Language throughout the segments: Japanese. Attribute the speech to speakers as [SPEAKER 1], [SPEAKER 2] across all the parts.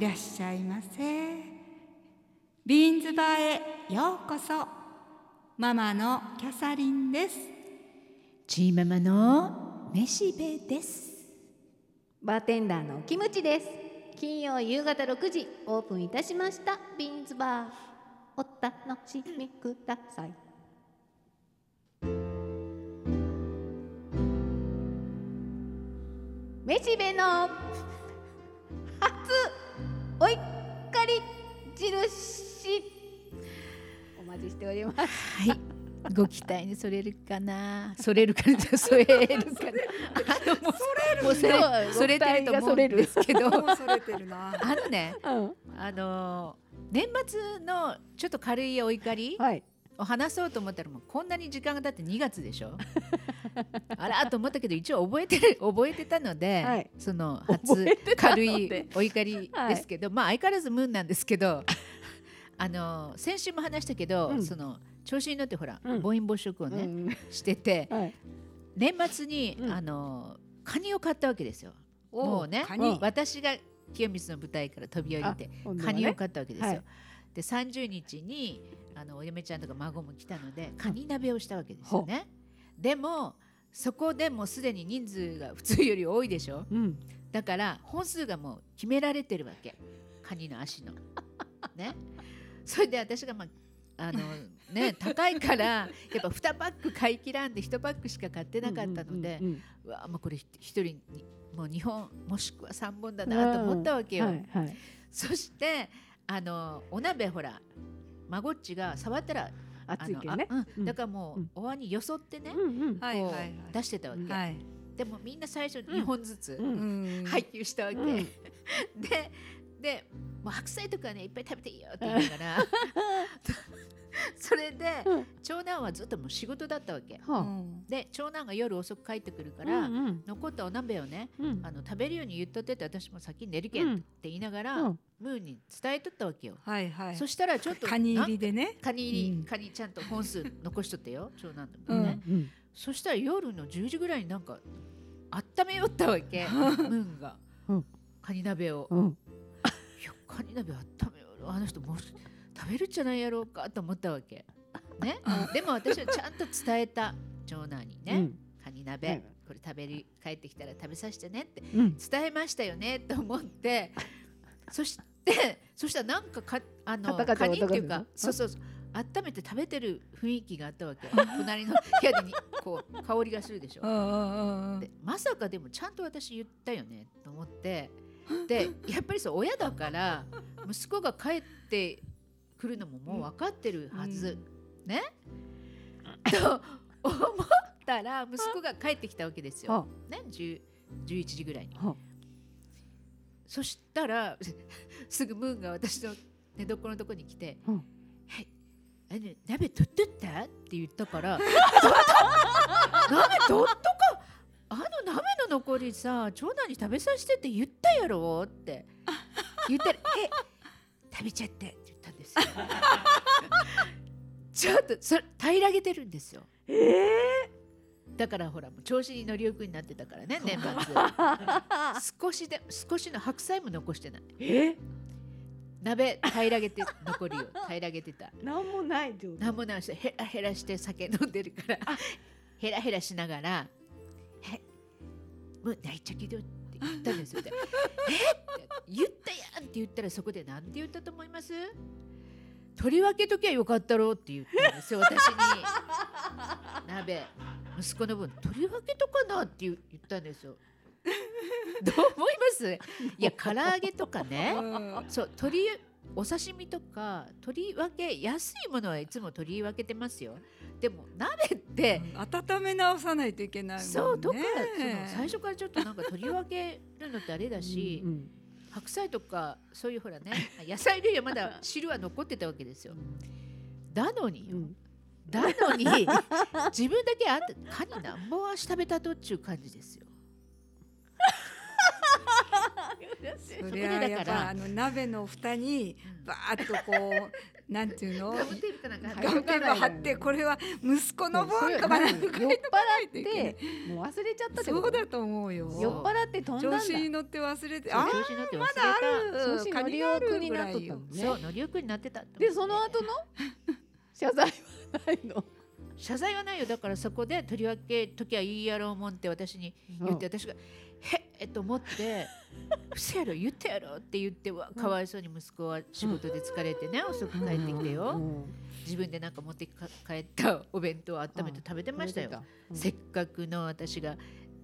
[SPEAKER 1] らっしゃいませビーンズバーへようこそママのキャサリンです
[SPEAKER 2] チーママのめしべです
[SPEAKER 3] バーテンダーのキムチです金曜夕方6時オープンいたしましたビーンズバーお楽しみくださいめしべの初お怒り印お待ちしております
[SPEAKER 2] はいご期待にそれるかな それるかなそれるかなあのもうもうそれそれてると思うんですけど
[SPEAKER 1] 恐れてるな
[SPEAKER 2] あのね
[SPEAKER 3] うん
[SPEAKER 2] あの年末のちょっと軽いお怒り
[SPEAKER 3] はい
[SPEAKER 2] を話そうと思ったらもうこんなに時間が経って2月でしょ あらと思ったけど一応覚えてる 覚えてたので、
[SPEAKER 3] はい
[SPEAKER 2] その
[SPEAKER 3] 覚
[SPEAKER 2] 初
[SPEAKER 3] えてたの
[SPEAKER 2] 軽
[SPEAKER 3] で
[SPEAKER 2] いお怒りですけど、まあ相変わらずムーンなんです けどあの先週も話したけど、
[SPEAKER 3] うん
[SPEAKER 2] その調子に乗ってほら、
[SPEAKER 3] うん
[SPEAKER 2] 暴飲暴食をね、
[SPEAKER 3] うん
[SPEAKER 2] してて
[SPEAKER 3] はい
[SPEAKER 2] 年末に、
[SPEAKER 3] うん
[SPEAKER 2] あのカニを買ったわけですよ。
[SPEAKER 1] お
[SPEAKER 2] もうね
[SPEAKER 1] カニ
[SPEAKER 3] うん
[SPEAKER 2] 私が清水の舞台から飛び降りて
[SPEAKER 3] 今度は
[SPEAKER 2] カニを
[SPEAKER 3] ね
[SPEAKER 2] 買ったわけですよ。
[SPEAKER 3] はい
[SPEAKER 2] で30日にあのお嫁ちゃんとか孫も来たのでカニ鍋をしたわけですよね。でもそこでもうすでに人数が普通より多いでしょ
[SPEAKER 3] うん
[SPEAKER 2] だから本数がもう決められてるわけカニ の足の。ね。それで私がまああの ね、高いからやっぱ2パック買い切らんで1パックしか買ってなかったので
[SPEAKER 3] うんうんうん
[SPEAKER 2] うわもうこれ一人にもう2本もしくは3本だなと思ったわけよ。
[SPEAKER 3] はいはい
[SPEAKER 2] そしてあのお鍋ほら孫っちが触ったら
[SPEAKER 3] 暑いけど
[SPEAKER 2] あの
[SPEAKER 3] ね
[SPEAKER 2] あうん
[SPEAKER 3] うん
[SPEAKER 2] だからもう、
[SPEAKER 3] うん
[SPEAKER 2] お椀によそってね、
[SPEAKER 3] うんうん
[SPEAKER 1] はいはいはい
[SPEAKER 2] こう出してたわけ、
[SPEAKER 3] うん
[SPEAKER 1] はい
[SPEAKER 2] でもみんな最初2本ずつ、
[SPEAKER 3] うん
[SPEAKER 1] うん
[SPEAKER 2] 配給したわけ、
[SPEAKER 3] うん
[SPEAKER 2] ででもう白菜とかねいっぱい食べていいよって言いなが らそれで、
[SPEAKER 3] うん
[SPEAKER 2] 長男はずっともう仕事だったわけ
[SPEAKER 1] う
[SPEAKER 3] は
[SPEAKER 1] ん
[SPEAKER 2] で長男が夜遅く帰ってくる
[SPEAKER 3] あ
[SPEAKER 2] から、
[SPEAKER 3] うんうん
[SPEAKER 2] 残ったお鍋をね
[SPEAKER 3] うん
[SPEAKER 2] あの食べるように言っとってって私も先に寝るけ
[SPEAKER 3] うん
[SPEAKER 2] んって言いながら、
[SPEAKER 3] うん
[SPEAKER 2] ムーに伝えとったわけよ、
[SPEAKER 1] はいはい
[SPEAKER 2] そしたらちょっと
[SPEAKER 1] カニ入りでね
[SPEAKER 2] カニ入り、
[SPEAKER 3] うん
[SPEAKER 2] カニちゃんと本数残しとったよ長男
[SPEAKER 3] う
[SPEAKER 2] の
[SPEAKER 3] んう
[SPEAKER 2] もね、
[SPEAKER 3] ん
[SPEAKER 2] そしたら夜の10時ぐらいになんか温めよったわ けムーンが、
[SPEAKER 3] うん
[SPEAKER 2] カニ鍋を、
[SPEAKER 3] うん
[SPEAKER 2] いやカニ鍋温めよるあの人もう食べるんじゃないやろうかと思ったわけ ねでも私はちゃんと伝えた長男にね、カニ鍋、
[SPEAKER 3] はい
[SPEAKER 2] これ食べる帰ってきたら食べさせてねって
[SPEAKER 3] うんうん
[SPEAKER 2] 伝えましたよねと思ってそしてそしたらなんかかあの
[SPEAKER 3] カタカタ
[SPEAKER 2] カニっていう
[SPEAKER 3] カタカ
[SPEAKER 2] か
[SPEAKER 3] タ
[SPEAKER 2] そうそうそう温めて食べてる雰囲気があったわけ隣の部屋にこう香りがするでしょ
[SPEAKER 1] うんうんうん
[SPEAKER 2] でまさかでもちゃんと私言ったよねと 思ってでやっぱりそう親だから息子が帰ってくるのももう分かってるはず、ね と思ったら息子が帰ってきたわけですよ
[SPEAKER 3] は。
[SPEAKER 2] ね、10 11時ぐらいに
[SPEAKER 3] はあ。
[SPEAKER 2] そしたら すぐムーンが私の寝床のとこに来て「
[SPEAKER 3] うん
[SPEAKER 2] はいあの鍋取っとった?」って言ったから 「取っと鍋取っとかあの鍋の残りさ長男に食べさせてって言ったやろ?」って言ったら「え食べちゃって」って言った んですよ。ちょっとそれ平らげてるんですよ。
[SPEAKER 3] ええ
[SPEAKER 2] だからほらもう調子に乗り遅れになってたか らね年末少しで少しの白菜も残してない
[SPEAKER 3] え
[SPEAKER 2] 鍋平らげて残りを平らげ てた
[SPEAKER 3] なんもない状態
[SPEAKER 2] 何もないしてヘラヘラして酒飲んでるからヘラヘラしながら「えもう泣いちゃけど」って言ったんで すよで「えっ?」て言ったやんって言ったらそこで何て言ったと思います取り分けときゃよかったろうって言ったんですよ 私に鍋息子の分取り分けとかなって言言ったんで すよどう思いますいや唐揚げとかね
[SPEAKER 1] うん
[SPEAKER 2] そう鳥お刺身とか取り分け安いものはいつも取り分けてますよでも鍋って、
[SPEAKER 1] 温め直さないといけないもんね
[SPEAKER 2] そうとか、その最初からちょっとなんか取り分けるのってあれだし、
[SPEAKER 3] うんうん
[SPEAKER 2] 白菜とかそういうほらね野菜類はまだ汁は残ってたわけですよだのによ、
[SPEAKER 3] うん
[SPEAKER 2] だのに自分だけあんたカニなんぼ足食べたとっちゅう感じですよ
[SPEAKER 1] それはやっぱあの鍋の蓋にバーッとこうなんていうの
[SPEAKER 2] ガムテープかなんか貼って
[SPEAKER 1] ガムテープ貼ってこれは息子の分とかなんか書い
[SPEAKER 4] 酔っ払
[SPEAKER 1] とか ないとい
[SPEAKER 4] っ
[SPEAKER 1] けない
[SPEAKER 4] てもう忘れちゃったって
[SPEAKER 1] そ
[SPEAKER 4] こ
[SPEAKER 1] う
[SPEAKER 4] と
[SPEAKER 1] だと思うよ
[SPEAKER 4] 酔っ払って飛んだ
[SPEAKER 1] 調
[SPEAKER 4] んだ
[SPEAKER 1] 子に乗って忘れて
[SPEAKER 2] そう
[SPEAKER 1] あ
[SPEAKER 2] 調子に乗って忘れ
[SPEAKER 1] まだある
[SPEAKER 4] 調子乗りようになっとったもん
[SPEAKER 2] た。そう
[SPEAKER 4] ね
[SPEAKER 2] 乗り遅れになってたってことね。
[SPEAKER 4] でその後の謝罪はないの
[SPEAKER 2] 謝罪はないよだからそこでとりわけ時はいいやろうもんって私に言って私が「へっ!」と思って「伏せやろ言ってやろ」って言ってわかわいそうに息子は仕事で疲れてね遅く帰ってきて
[SPEAKER 4] う
[SPEAKER 2] よ
[SPEAKER 4] ん
[SPEAKER 2] 自分でなんか持ってか帰ったお弁当を温めて食べてましたよ。せっかくの私が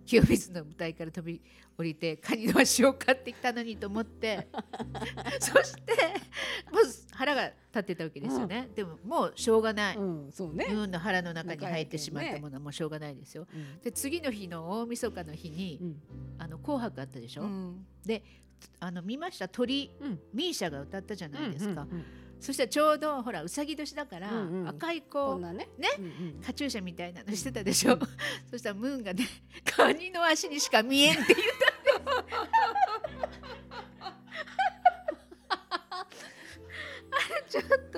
[SPEAKER 2] 清水の舞台から飛び降りてカニの足を買ってきたのにと思って そしてもう腹が立ってたわけですよね、でももうしょうがない、
[SPEAKER 4] うんそうね
[SPEAKER 2] 自分の腹の中に入ってしまったものはもうしょうがないですよ。
[SPEAKER 4] うん
[SPEAKER 2] で次の日の大晦日の日に、
[SPEAKER 4] うん
[SPEAKER 2] あの紅白あったでしょ、
[SPEAKER 1] うん
[SPEAKER 2] あの見ました鳥、
[SPEAKER 4] うん
[SPEAKER 2] ミーシャが歌ったじゃないですか、
[SPEAKER 4] うんうんうん
[SPEAKER 2] そしたらちょうどほらうさぎ年だから、
[SPEAKER 4] うんうん
[SPEAKER 2] 赤い
[SPEAKER 4] こ
[SPEAKER 2] 子
[SPEAKER 4] んなね
[SPEAKER 2] ね
[SPEAKER 4] うんうん
[SPEAKER 2] カチューシャみたいなのしてたでしょ、 そしたらムーンがねカニの足にしか見えんって言 ったんです あれちょっ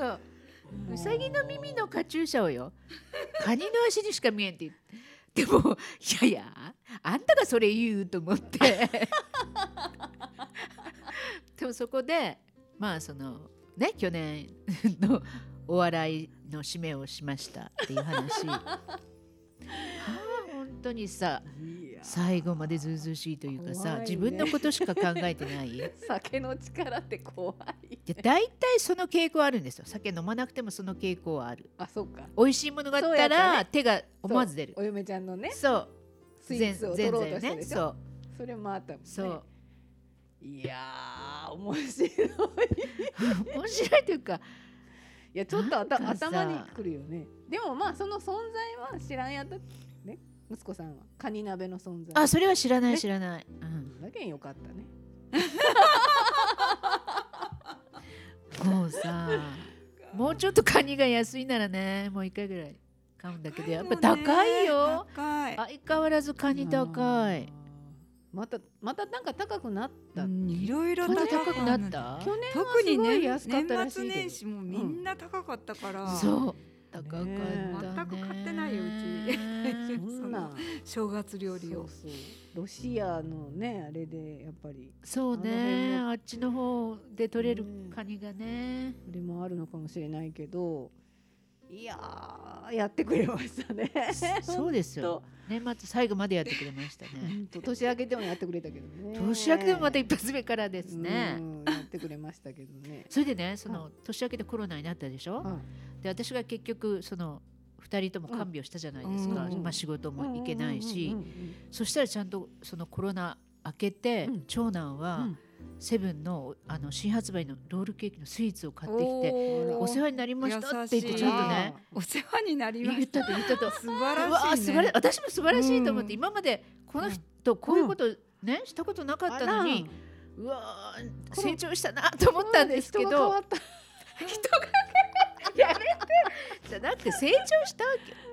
[SPEAKER 2] とうさぎの耳のカチューシャをよカニの足にしか見えんって言ってでもいやいやあんたがそれ言うと思って でもそこでまあそのね去年のお笑いの締めをしましたっていう話はあ本当にさ
[SPEAKER 4] いや
[SPEAKER 2] 最後までずうずうしいというかさ、
[SPEAKER 4] 怖いね
[SPEAKER 2] 自分のことしか考えてないで
[SPEAKER 4] 酒の力って怖い
[SPEAKER 2] 大体その傾向あるんですよ酒飲まなくてもその傾向はある
[SPEAKER 4] あそうか
[SPEAKER 2] 美味しいものがあっ
[SPEAKER 4] そうや
[SPEAKER 2] た
[SPEAKER 4] った
[SPEAKER 2] ら
[SPEAKER 4] ね
[SPEAKER 2] 手が思わず出る
[SPEAKER 4] お嫁ちゃんのね
[SPEAKER 2] そう
[SPEAKER 4] スイーツを取ろう
[SPEAKER 2] 全
[SPEAKER 4] としたで
[SPEAKER 2] 然
[SPEAKER 4] し
[SPEAKER 2] そ
[SPEAKER 4] ょ
[SPEAKER 2] う
[SPEAKER 4] それもあったもんね
[SPEAKER 2] そう
[SPEAKER 4] いやー面白い
[SPEAKER 2] 面白いというか
[SPEAKER 4] いやちょっとあた
[SPEAKER 2] なんかさ
[SPEAKER 4] 頭にくるよねでもまあその存在は知らんやったね息子さんはカニ鍋の存在
[SPEAKER 2] あそれは知らない知らない、うん
[SPEAKER 4] だけんよかったね
[SPEAKER 2] もうさもうちょっとカニが安いならねもう一回ぐらい買うんだけどやっぱ高いよ
[SPEAKER 1] 高い
[SPEAKER 2] 相変わらずカニ高い
[SPEAKER 4] またまたなんか高くなった、
[SPEAKER 1] うんいろいろ
[SPEAKER 2] カニ
[SPEAKER 1] 高
[SPEAKER 2] 高
[SPEAKER 1] く
[SPEAKER 2] く
[SPEAKER 1] な
[SPEAKER 2] な
[SPEAKER 1] っ
[SPEAKER 2] ったた
[SPEAKER 4] 去年は
[SPEAKER 1] 特
[SPEAKER 4] す
[SPEAKER 1] に
[SPEAKER 4] ごい
[SPEAKER 1] ね
[SPEAKER 4] 安かったら
[SPEAKER 1] 年
[SPEAKER 4] しい
[SPEAKER 1] 末
[SPEAKER 4] け
[SPEAKER 1] 年
[SPEAKER 4] ど
[SPEAKER 1] 始もみんな高かったから
[SPEAKER 2] そう高かったね
[SPEAKER 1] 全く買ってないようち
[SPEAKER 4] そんな
[SPEAKER 1] 正月料理を
[SPEAKER 4] そうそうロシアのねあれでやっぱり
[SPEAKER 2] そうねあっちの方で取れるカニがね
[SPEAKER 4] それもあるのかもしれないけどいやーやってくれましたね
[SPEAKER 2] そうですよ年末最後までやってくれました
[SPEAKER 4] ほ
[SPEAKER 2] ね
[SPEAKER 4] んと年明けてもやってくれたけどね
[SPEAKER 2] 年明けでもまた一発目からですね
[SPEAKER 4] うんやってくれましたけどね
[SPEAKER 2] それでねそ
[SPEAKER 4] は
[SPEAKER 2] の年明けでコロナになったでしょ、
[SPEAKER 4] は
[SPEAKER 2] で私が結局その2人とも看病したじゃないですか、
[SPEAKER 1] うん
[SPEAKER 4] うん
[SPEAKER 2] まあ、仕事
[SPEAKER 4] い
[SPEAKER 2] も行けないし、
[SPEAKER 4] うんうんうん
[SPEAKER 2] そしたらちゃんとそのコロナ明けて、
[SPEAKER 4] うん
[SPEAKER 2] 長男
[SPEAKER 4] う
[SPEAKER 2] は
[SPEAKER 4] ん
[SPEAKER 2] セブンのあの新発売のロールケーキのスイーツを買ってきて
[SPEAKER 1] おー
[SPEAKER 2] お世話になりましたって言
[SPEAKER 1] 優
[SPEAKER 2] って
[SPEAKER 1] しい
[SPEAKER 2] ちょっとね
[SPEAKER 1] お世話になりま
[SPEAKER 2] 言っ
[SPEAKER 1] した
[SPEAKER 2] たと言ったと。
[SPEAKER 1] 素晴
[SPEAKER 2] うわ
[SPEAKER 1] ら
[SPEAKER 2] ー
[SPEAKER 1] しい
[SPEAKER 2] 素
[SPEAKER 1] ね
[SPEAKER 2] 晴ら私も素晴らしいと思って、
[SPEAKER 1] うん
[SPEAKER 2] 今までこの人こういうことね、したことなかったのにうわー
[SPEAKER 4] この
[SPEAKER 2] 成長したなと思ったんですけ
[SPEAKER 4] 人が変
[SPEAKER 2] ど
[SPEAKER 4] わった
[SPEAKER 2] やめてじゃなくて成長したわ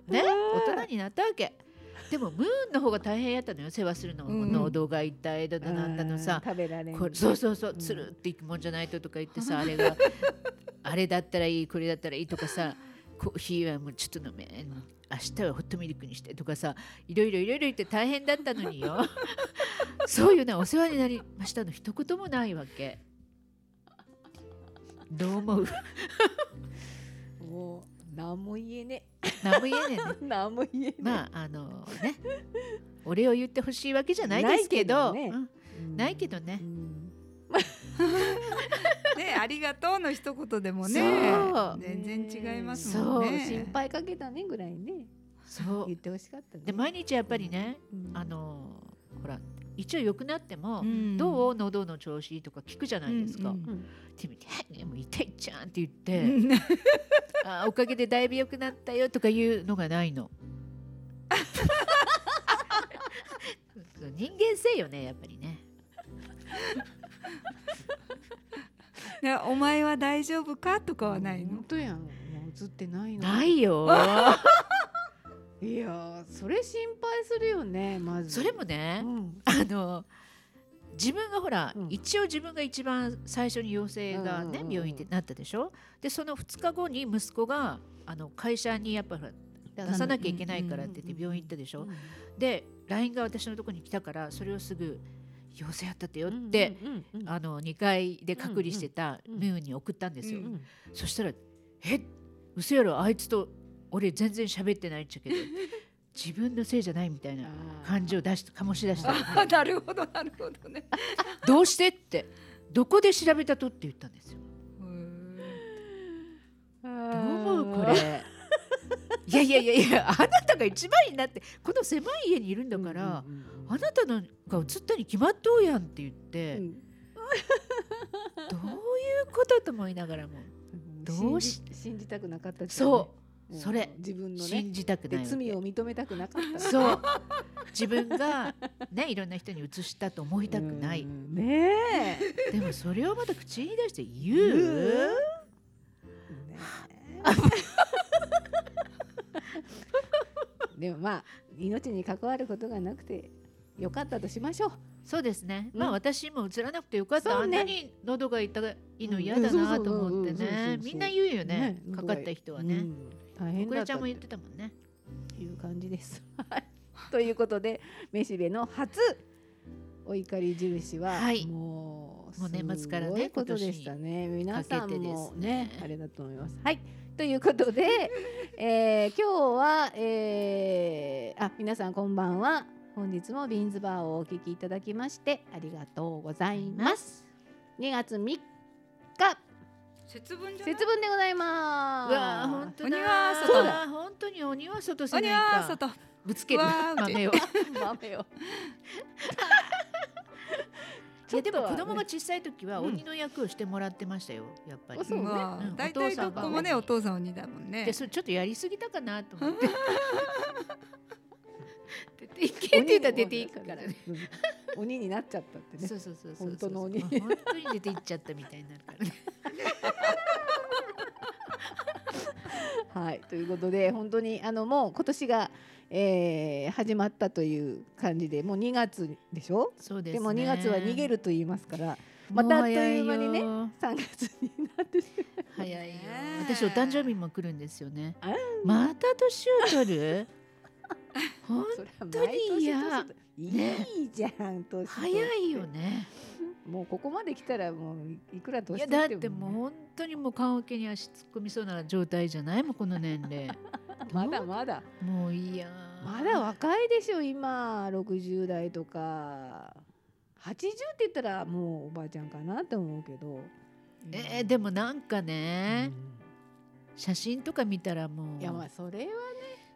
[SPEAKER 2] けね
[SPEAKER 4] ね
[SPEAKER 2] 大人になったわけでもムーンの方が大変やったのよ世話するの、
[SPEAKER 1] うん
[SPEAKER 2] 農道が一体だのなんだのさ
[SPEAKER 4] うん、食べられん
[SPEAKER 2] これそう
[SPEAKER 4] う
[SPEAKER 2] そうそう
[SPEAKER 4] うん
[SPEAKER 2] つるっていくもんじゃないととか言ってさあれが あれだったらいいこれだったらいいとかさコーヒーはもうちょっと飲め明日はホットミルクにしてとかさいろいろいろいろ言って大変だったのによそういうねお世話になりましたの一言もないわけどう思う
[SPEAKER 4] もう何も言えね
[SPEAKER 2] 何も言えねえね
[SPEAKER 4] え何も言えねえ
[SPEAKER 2] まああのねお礼を言ってほしいわけじゃないですけど
[SPEAKER 4] ないけどね
[SPEAKER 2] うんないけどね
[SPEAKER 4] う、ん
[SPEAKER 1] ねありがとうの一言でもね
[SPEAKER 2] そう
[SPEAKER 1] 全然違いますもん
[SPEAKER 2] そう
[SPEAKER 1] ね
[SPEAKER 4] 心配かけたねぐらいね
[SPEAKER 2] そう
[SPEAKER 4] 言ってほしかったね
[SPEAKER 2] で毎日やっぱりね、
[SPEAKER 4] うん
[SPEAKER 2] あのほら一応良くなっても、
[SPEAKER 1] ん
[SPEAKER 2] どう喉の調子とか聞くじゃないですか。
[SPEAKER 1] うんうん
[SPEAKER 4] うん
[SPEAKER 2] って見てはいねもう痛いじゃんって言って、
[SPEAKER 1] うん
[SPEAKER 2] あおかげでだいぶ良くなったよとかいうのがないの。そう人間性よねやっぱりね。
[SPEAKER 1] ねお前は大丈夫かとかはないの
[SPEAKER 4] 本当やんもう映ってないの
[SPEAKER 2] ないよ。
[SPEAKER 4] いやーそれ心配するよねまず
[SPEAKER 2] それもね、
[SPEAKER 4] うん
[SPEAKER 2] あの自分がほら、
[SPEAKER 4] うん
[SPEAKER 2] 一応自分が一番最初に陽性が
[SPEAKER 4] うんうん
[SPEAKER 2] ね、
[SPEAKER 4] うんうん
[SPEAKER 2] 病院ってなったでしょでその2日後に息子があの会社にやっぱほら出さなきゃいけないからって言って病院行ったでしょ、
[SPEAKER 4] うん
[SPEAKER 2] で LINE が私のところに来たからそれをすぐ「陽性やったってよ」って、
[SPEAKER 4] うんうんうん
[SPEAKER 2] あの2階で隔離してた
[SPEAKER 4] うんうん
[SPEAKER 2] ムーに送ったんですよ、
[SPEAKER 1] うん
[SPEAKER 4] うん
[SPEAKER 2] そしたら「え嘘やろあいつと俺全然喋ってないんちゃけど自分のせいじゃない」みたいな
[SPEAKER 4] あー
[SPEAKER 2] 感じを出し醸し出した
[SPEAKER 1] あなるほどなるほどね。
[SPEAKER 2] 「どうして?」って「どこで調べたと?」って言ったんですよ。どう思うこれいやいやいやいやあなたが一番になってこの狭い家にいるんだから。
[SPEAKER 4] うんうんうん
[SPEAKER 2] あなたのが映ったに決まっとうやんって言っ
[SPEAKER 4] う
[SPEAKER 2] て、
[SPEAKER 4] ん
[SPEAKER 2] どういうことと思いながらも、どうし
[SPEAKER 4] 信じ信じたくなかったですよ
[SPEAKER 2] そ
[SPEAKER 4] ね、
[SPEAKER 2] それ
[SPEAKER 4] うん自分
[SPEAKER 2] う、
[SPEAKER 4] のね
[SPEAKER 2] 信じたくな
[SPEAKER 4] で
[SPEAKER 2] い
[SPEAKER 4] 罪を認めたくなかった
[SPEAKER 2] そう自分がねいろんな人に映したと思いたくない
[SPEAKER 4] うんね
[SPEAKER 2] でもそれをまた口に出して言
[SPEAKER 4] え
[SPEAKER 2] う
[SPEAKER 4] ねえでもまあ命に関わることがなくてよかったとしましょう
[SPEAKER 2] そうですね、
[SPEAKER 4] うん
[SPEAKER 2] まあ私も映らなくてよかった、
[SPEAKER 4] そ
[SPEAKER 2] あ
[SPEAKER 4] うんね
[SPEAKER 2] なに喉が痛いの嫌
[SPEAKER 4] うん
[SPEAKER 2] だなと思って
[SPEAKER 4] そうそうそうそうそうそう
[SPEAKER 2] ねみんな言うよね
[SPEAKER 4] ね
[SPEAKER 2] かかった人はね、
[SPEAKER 4] うん大変
[SPEAKER 2] こ
[SPEAKER 4] だ
[SPEAKER 2] れ
[SPEAKER 4] っ
[SPEAKER 2] ちゃ
[SPEAKER 4] た
[SPEAKER 2] ん
[SPEAKER 4] っ
[SPEAKER 2] も
[SPEAKER 4] て
[SPEAKER 2] 言ってたもんね
[SPEAKER 4] いう感じです。はいということでめしべの初お怒り印は、
[SPEAKER 2] はい
[SPEAKER 4] もう
[SPEAKER 2] もう年末からね
[SPEAKER 4] すごいことでしたね皆さんも
[SPEAKER 2] か
[SPEAKER 4] ね
[SPEAKER 2] けてですね
[SPEAKER 4] あれだと思います。はいということで、 えー今日は、えーあ皆さんこんばんは本日もビーンズバーをお聞きいただきましてありがとうございます。2月3日
[SPEAKER 1] 節分じゃない。
[SPEAKER 4] 節分でございま
[SPEAKER 2] う
[SPEAKER 4] す。
[SPEAKER 2] わー本当だ
[SPEAKER 1] 鬼は外
[SPEAKER 2] そうだ本当に鬼は外せない
[SPEAKER 1] 鬼
[SPEAKER 2] か
[SPEAKER 1] は外。
[SPEAKER 2] ぶつける
[SPEAKER 1] うわーって
[SPEAKER 2] 豆を
[SPEAKER 4] 豆を。
[SPEAKER 2] いやでも子供が
[SPEAKER 4] ちょっ
[SPEAKER 2] 小さい時は
[SPEAKER 4] うん
[SPEAKER 2] 鬼の役をしてもらってましたよやっぱり
[SPEAKER 4] あ。そうね
[SPEAKER 1] ま
[SPEAKER 2] うん
[SPEAKER 1] あ大体どこもね
[SPEAKER 2] お
[SPEAKER 1] お父さん鬼だもんね
[SPEAKER 2] で。それちょっとやりすぎたかなと思って。 出ていけって言ったら出ていくからね。
[SPEAKER 4] うん。鬼になっちゃったってね
[SPEAKER 2] そ。うそうそうそう。
[SPEAKER 4] 本当の鬼
[SPEAKER 2] まあ本当に出ていっちゃったみたいになるからね。
[SPEAKER 4] はい、ということで本当にあのもう今年が、えー始まったという感じでもう2月でしょ
[SPEAKER 2] そうで
[SPEAKER 4] です
[SPEAKER 2] ね。
[SPEAKER 4] も2月は逃げると言いますから
[SPEAKER 2] も
[SPEAKER 4] ま
[SPEAKER 2] う
[SPEAKER 4] たあっと
[SPEAKER 2] 早
[SPEAKER 4] い
[SPEAKER 2] よ。
[SPEAKER 4] う間にね3月になってしまう
[SPEAKER 2] 早いよ
[SPEAKER 1] ね。え
[SPEAKER 2] 私お誕生日も来るんですよね
[SPEAKER 4] あら。
[SPEAKER 2] また年を取 る。本
[SPEAKER 4] それは
[SPEAKER 2] 本
[SPEAKER 4] 毎
[SPEAKER 2] 当に
[SPEAKER 4] 年
[SPEAKER 2] 嫌
[SPEAKER 4] 年といいじゃん、年
[SPEAKER 2] 早いよね。
[SPEAKER 4] もうここまで来たらもういくら
[SPEAKER 2] い
[SPEAKER 4] 年
[SPEAKER 2] や
[SPEAKER 4] 取
[SPEAKER 2] だっ
[SPEAKER 4] っても
[SPEAKER 2] てもう本当にもう棺桶に足突っ込みそうな状態じゃないもうこの年 齢
[SPEAKER 4] まだまだ
[SPEAKER 2] もういいや
[SPEAKER 4] まだ若いでしょ今60代とか80って言ったらもうおばあちゃんかなって思うけど
[SPEAKER 2] えーでもなんか
[SPEAKER 4] うん
[SPEAKER 2] ね、写真とか見たらも
[SPEAKER 4] いやまあ
[SPEAKER 2] う
[SPEAKER 4] それは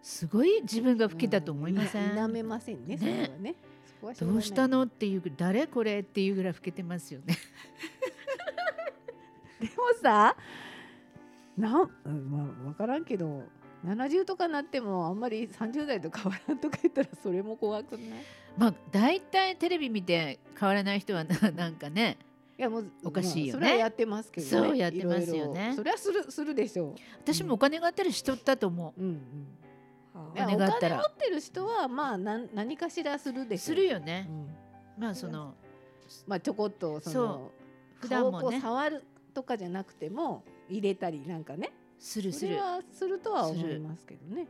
[SPEAKER 2] すごい自分が老けたと思いませ、
[SPEAKER 4] うんや否めませんね
[SPEAKER 2] ね
[SPEAKER 4] それはねそこはょ
[SPEAKER 2] ど
[SPEAKER 4] がな
[SPEAKER 2] う
[SPEAKER 4] い
[SPEAKER 2] したのっていう誰これっていうぐらい老けてますよね
[SPEAKER 4] でもさなん、うん、まあ分からんけど70とかなってもあんまり30代と変わらんとか言ったらそれも怖くないい
[SPEAKER 2] まあ大体テレビ見て変わらない人はな なんかね
[SPEAKER 4] やもう
[SPEAKER 2] おかしいよね
[SPEAKER 4] まあそれはやってますけど、ね、
[SPEAKER 2] そうやってますよね
[SPEAKER 4] いろいろそれはするするでしょ
[SPEAKER 2] 私もお金があったらしとったと思う
[SPEAKER 4] う、うんうん、
[SPEAKER 1] は
[SPEAKER 4] お
[SPEAKER 1] あ
[SPEAKER 2] お金があった
[SPEAKER 4] 金
[SPEAKER 2] ら
[SPEAKER 4] 持ってる人はまあなん何かしらするでしょ
[SPEAKER 2] する
[SPEAKER 4] よ、
[SPEAKER 2] よね
[SPEAKER 4] う、ん
[SPEAKER 2] まあその
[SPEAKER 4] まあちょこっとそ
[SPEAKER 2] そ
[SPEAKER 4] の
[SPEAKER 2] 普
[SPEAKER 4] 顔
[SPEAKER 2] 段
[SPEAKER 4] をこ
[SPEAKER 2] も
[SPEAKER 4] う
[SPEAKER 2] ね
[SPEAKER 4] 触るとかじゃなくても入れたりなんかね
[SPEAKER 2] する
[SPEAKER 4] そ
[SPEAKER 2] す
[SPEAKER 4] れ
[SPEAKER 2] る
[SPEAKER 4] はするとは
[SPEAKER 2] す
[SPEAKER 4] 思
[SPEAKER 2] る
[SPEAKER 4] いますけどね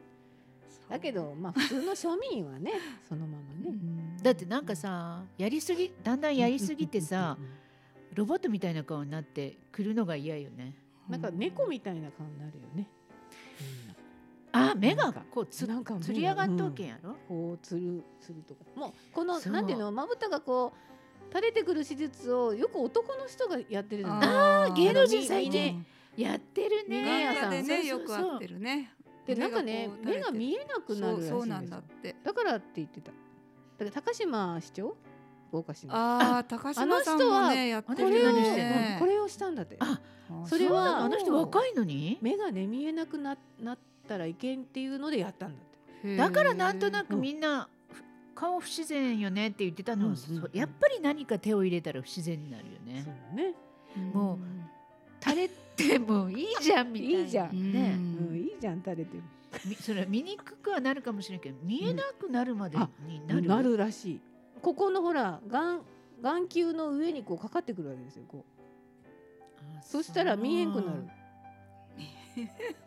[SPEAKER 4] だけどまあ普通の庶民は ねそのまま
[SPEAKER 1] う
[SPEAKER 4] ね
[SPEAKER 1] ん
[SPEAKER 2] だってなんかさやりすぎだんだんやりすぎてさ
[SPEAKER 4] うんうんうん
[SPEAKER 2] ロボットみたいな顔になってくるのが嫌よね
[SPEAKER 4] うんなんか猫みたいな顔になるよね
[SPEAKER 2] あ目が
[SPEAKER 4] なんか
[SPEAKER 2] こうつ
[SPEAKER 4] なんか目が
[SPEAKER 2] つり上がっとうけんやろ、
[SPEAKER 4] こうつるつるとかもうこの
[SPEAKER 2] そう
[SPEAKER 4] なんていうのまぶたがこう垂れてくる手術をよく男の人がやってるじゃない
[SPEAKER 1] あ
[SPEAKER 2] ー芸能人
[SPEAKER 4] 最近
[SPEAKER 2] やってる
[SPEAKER 1] 眼
[SPEAKER 4] ね
[SPEAKER 1] 鏡でね
[SPEAKER 2] そう
[SPEAKER 1] よ
[SPEAKER 2] そう
[SPEAKER 1] く
[SPEAKER 2] そう
[SPEAKER 1] 合ってるね。
[SPEAKER 4] でなんかね目が見
[SPEAKER 1] え
[SPEAKER 4] えなくなるらしいんです
[SPEAKER 1] そう
[SPEAKER 4] よ
[SPEAKER 1] なんだって。
[SPEAKER 4] だからって言ってただから高島市長豪華市長
[SPEAKER 1] ああ高島さんもねやって
[SPEAKER 2] あ
[SPEAKER 4] こ
[SPEAKER 1] る
[SPEAKER 4] れを
[SPEAKER 1] よ
[SPEAKER 2] 何してん
[SPEAKER 1] ね
[SPEAKER 4] こ。れをしたんだって
[SPEAKER 2] あ
[SPEAKER 4] それは
[SPEAKER 2] あの人若いのに
[SPEAKER 4] 目がね見えなくななったらいけんっていうのでやったんだって
[SPEAKER 2] だからなんとなく
[SPEAKER 4] うん
[SPEAKER 2] みんなふ顔不自然よねって言ってたの
[SPEAKER 4] う
[SPEAKER 2] は、
[SPEAKER 4] んうんうん
[SPEAKER 2] そうやっぱり何か手を入れたら不自然になるよね
[SPEAKER 4] そうね
[SPEAKER 2] もう垂れてもいいじゃんみたいない
[SPEAKER 4] いじゃん
[SPEAKER 2] ね
[SPEAKER 4] うん、いいじゃん垂れてる
[SPEAKER 2] み それは見にくくはなるかもしれんけど見えなくなるまでになる、
[SPEAKER 4] なるらしいここのほら眼眼球の上にこうかかってくるわけですよこうそしたら見えんくなる、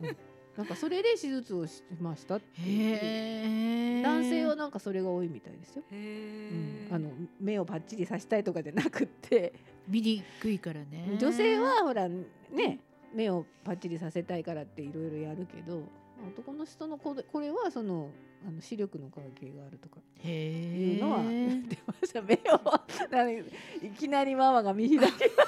[SPEAKER 4] うんなんかそれで手術をしましたっていう
[SPEAKER 2] へえ
[SPEAKER 4] 男性はなんかそれが多いみたいですよ、
[SPEAKER 1] へ
[SPEAKER 4] う
[SPEAKER 1] え
[SPEAKER 4] ん、あの目をバッチリさしたいとかじゃなくって
[SPEAKER 2] 見にくいからね
[SPEAKER 4] 女性はほらね目をパッチリさせたいからっていろいろやるけど男の人のこれこれはそのあの視力の関係があるとか
[SPEAKER 2] へえ
[SPEAKER 4] いうのは言ってました、目をなんかいきなりママが見開き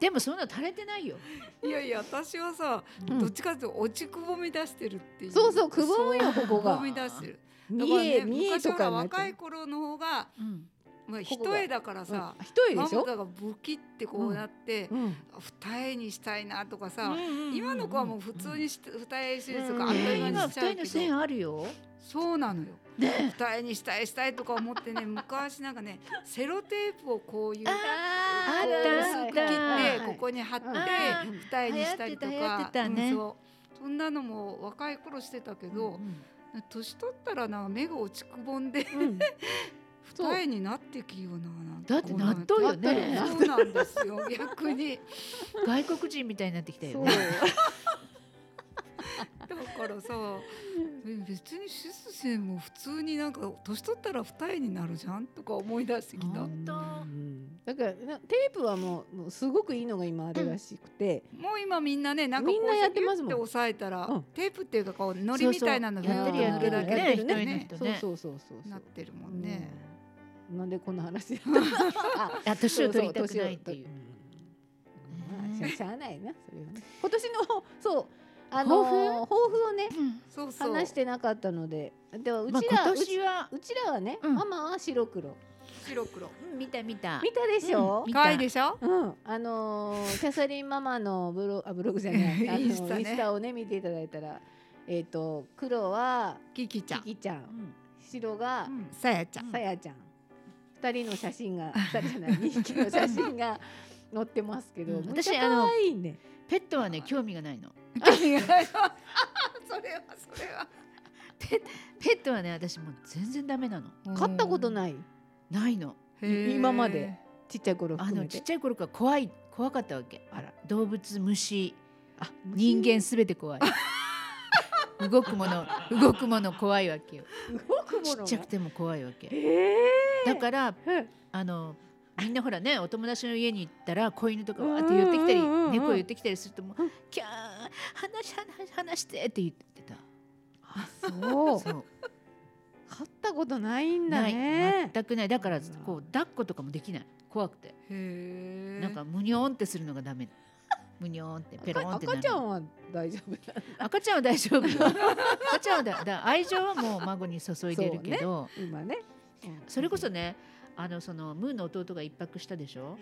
[SPEAKER 2] でもそんな垂れてないよ
[SPEAKER 1] いやいや私はさ、
[SPEAKER 4] うん
[SPEAKER 1] どっちかというと落ちくぼみ出してるっていう
[SPEAKER 4] そうそうくぼむよここ
[SPEAKER 1] くぼ
[SPEAKER 4] が
[SPEAKER 1] み出してるだ
[SPEAKER 4] 見
[SPEAKER 1] から
[SPEAKER 4] え
[SPEAKER 1] ね
[SPEAKER 4] 見え
[SPEAKER 1] 昔
[SPEAKER 4] と
[SPEAKER 1] ほ
[SPEAKER 4] からになっ
[SPEAKER 1] 若
[SPEAKER 4] て
[SPEAKER 1] い
[SPEAKER 4] る
[SPEAKER 1] 頃の方が、
[SPEAKER 2] うん
[SPEAKER 1] まあ、
[SPEAKER 4] ここ
[SPEAKER 1] 一
[SPEAKER 4] が
[SPEAKER 1] 重だからさ
[SPEAKER 4] うん一重
[SPEAKER 1] ま
[SPEAKER 4] でしょ
[SPEAKER 1] ぶ、たがブキってこうなって、
[SPEAKER 4] うん、
[SPEAKER 1] 二重にしたいなとかさ、今
[SPEAKER 2] 今
[SPEAKER 1] の子はもう普通にして二重手術と
[SPEAKER 4] うん
[SPEAKER 1] か
[SPEAKER 4] う
[SPEAKER 1] あ
[SPEAKER 4] ん
[SPEAKER 1] っ
[SPEAKER 4] うん
[SPEAKER 1] と
[SPEAKER 2] え
[SPEAKER 1] いう
[SPEAKER 2] ー
[SPEAKER 1] 間
[SPEAKER 2] 今
[SPEAKER 1] にしちゃ
[SPEAKER 2] 二
[SPEAKER 1] うけ
[SPEAKER 2] 人の
[SPEAKER 1] ど、
[SPEAKER 2] 線あるよ
[SPEAKER 1] そうなのよ二重にしたいしたいとか思ってね昔なんかねセロテープをこういう
[SPEAKER 2] あ
[SPEAKER 1] こう
[SPEAKER 4] ー
[SPEAKER 1] 薄く切
[SPEAKER 4] はい
[SPEAKER 1] っ
[SPEAKER 4] は
[SPEAKER 1] て
[SPEAKER 4] い
[SPEAKER 1] ここに貼って
[SPEAKER 4] うん
[SPEAKER 1] 二重にしたりと
[SPEAKER 2] 流行
[SPEAKER 1] か
[SPEAKER 2] ってた流行ってたね
[SPEAKER 1] うんそうそんなのも若い頃してたけど、年取ったらな目が落ちくぼんで
[SPEAKER 4] うんそう
[SPEAKER 1] 二重になってきようななん
[SPEAKER 2] だってなっとうよね
[SPEAKER 1] そうなんですよ逆に
[SPEAKER 2] 外国人みたいになってきたよ
[SPEAKER 4] そう
[SPEAKER 2] ね
[SPEAKER 1] だからさ別に手術しても普通になんか年取ったら二重になるじゃんとか思い出してきたも
[SPEAKER 2] 本当
[SPEAKER 4] うんだからなテープはもうもうすごくいいのが今あるらしくて、
[SPEAKER 1] う今みんなねなんかこう
[SPEAKER 4] みんなやってますもん
[SPEAKER 1] ギュッて押さえたら、
[SPEAKER 4] うん
[SPEAKER 1] テープっていうかこうのりみたいなの
[SPEAKER 2] そうそう
[SPEAKER 1] ギュッ
[SPEAKER 4] やって
[SPEAKER 1] 塗
[SPEAKER 4] る
[SPEAKER 1] だけ
[SPEAKER 4] やってる
[SPEAKER 1] で
[SPEAKER 4] ね
[SPEAKER 1] ね
[SPEAKER 2] 人
[SPEAKER 4] そう
[SPEAKER 2] ね
[SPEAKER 4] そうそうそうそう
[SPEAKER 1] なってるもんね、
[SPEAKER 4] うんなんでこんな話やったの あ
[SPEAKER 2] あ年を取りたくないってい
[SPEAKER 4] そうそう年を取りまあしゃしゃあないなそれはね今年のそうあの
[SPEAKER 2] 抱負
[SPEAKER 4] ー抱負をね
[SPEAKER 2] うん
[SPEAKER 1] そうそう
[SPEAKER 4] 話してなかったのでではう
[SPEAKER 2] まあ
[SPEAKER 4] ちら、
[SPEAKER 2] 今
[SPEAKER 4] うち
[SPEAKER 2] 年は
[SPEAKER 4] うちらはね、
[SPEAKER 2] うん
[SPEAKER 4] ママは白黒
[SPEAKER 1] 白黒
[SPEAKER 2] うん見た見た
[SPEAKER 4] 見たでしょ、
[SPEAKER 2] 見た
[SPEAKER 1] 可愛いでしょ
[SPEAKER 4] うん、あのーキャサリンママのブロあ ブログじゃない、あ のー
[SPEAKER 1] インスタね
[SPEAKER 4] インスタをね見ていただいたら、えっ、と黒は
[SPEAKER 1] キキちゃん
[SPEAKER 4] キキちゃ、
[SPEAKER 2] うんん
[SPEAKER 4] 白が
[SPEAKER 1] うんさやちゃん、
[SPEAKER 4] さやちゃん、二人の写真が、二人じゃない、二匹の写真が載ってますけど、
[SPEAKER 2] うん
[SPEAKER 4] めっち
[SPEAKER 2] 私
[SPEAKER 4] ゃ
[SPEAKER 2] あの
[SPEAKER 4] 可愛いね。
[SPEAKER 2] ペットはね興味がないの
[SPEAKER 1] それはそれは
[SPEAKER 2] ペットはね私もう全然ダメなの
[SPEAKER 4] 買ったこと
[SPEAKER 1] い
[SPEAKER 4] ない、
[SPEAKER 2] ないの
[SPEAKER 4] 今までちっちゃい頃
[SPEAKER 2] あ
[SPEAKER 4] 含
[SPEAKER 2] の
[SPEAKER 4] め。
[SPEAKER 2] ちってちゃい頃から怖い怖かったわけ
[SPEAKER 4] あら、
[SPEAKER 2] 動物虫
[SPEAKER 4] あ、
[SPEAKER 2] 人間すべて 怖い動くもの動くもの怖いわけよ
[SPEAKER 4] 動くも
[SPEAKER 2] ちっ
[SPEAKER 4] の。
[SPEAKER 2] ちゃくても怖いわけ
[SPEAKER 4] ええ
[SPEAKER 2] だから
[SPEAKER 4] うん
[SPEAKER 2] あのみんなほらねお友達の家に行ったら子犬とかわーって寄ってきたり
[SPEAKER 4] うんうんうんうん
[SPEAKER 2] 猫寄ってきたりするともう
[SPEAKER 4] うん
[SPEAKER 2] 「キャー話話話して」って言ってた
[SPEAKER 4] あ、そう。
[SPEAKER 2] そう
[SPEAKER 4] 買ったことないんだ
[SPEAKER 2] ない
[SPEAKER 4] ね。
[SPEAKER 2] 全くないだから
[SPEAKER 4] うわ
[SPEAKER 2] こう抱っことかもできない怖くて
[SPEAKER 1] へえ
[SPEAKER 2] なんかむにょーんってするのがダメむにょーんってペローンってなる
[SPEAKER 4] 赤ちゃんは大丈夫な
[SPEAKER 2] 赤ちゃんは大丈夫よ赤ちゃんはだだ愛情はもう孫に注いでるけど、
[SPEAKER 4] 今ね。
[SPEAKER 2] それこそねあのそのムーの弟が一泊したでしょ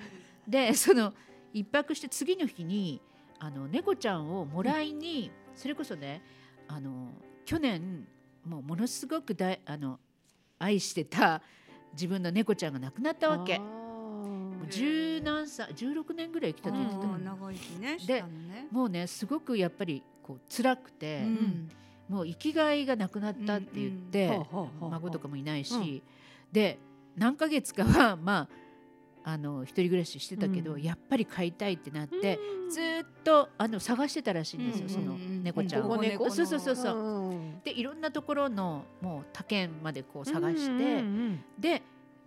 [SPEAKER 2] でその一泊して次の日にあの猫ちゃんをもらいに、それこそねあの去年もうものすごく大あの愛してた自分の猫ちゃんが亡くなったわけ
[SPEAKER 4] あー
[SPEAKER 2] 十何歳16年ぐらい生きたって言ってたの
[SPEAKER 1] うん長生きねし
[SPEAKER 2] で
[SPEAKER 1] たのね
[SPEAKER 2] もうねすごくやっぱりこう辛くて、もう生きがいがなくなったって言って、
[SPEAKER 4] うんうんほうほうほう
[SPEAKER 2] 孫とかもいないし、で何ヶ月かは まああの一人暮らししてたけど、
[SPEAKER 4] うん
[SPEAKER 2] やっぱり飼いたいってなって、
[SPEAKER 4] うん
[SPEAKER 2] ずーっとあの探してたらしいんですよ、
[SPEAKER 4] うん
[SPEAKER 2] その猫ちゃん
[SPEAKER 4] 保
[SPEAKER 2] を。
[SPEAKER 4] 護猫
[SPEAKER 2] そうそうそう
[SPEAKER 1] そ
[SPEAKER 2] そううんでいろんなところのもう他県までこう探して、
[SPEAKER 4] うん
[SPEAKER 2] で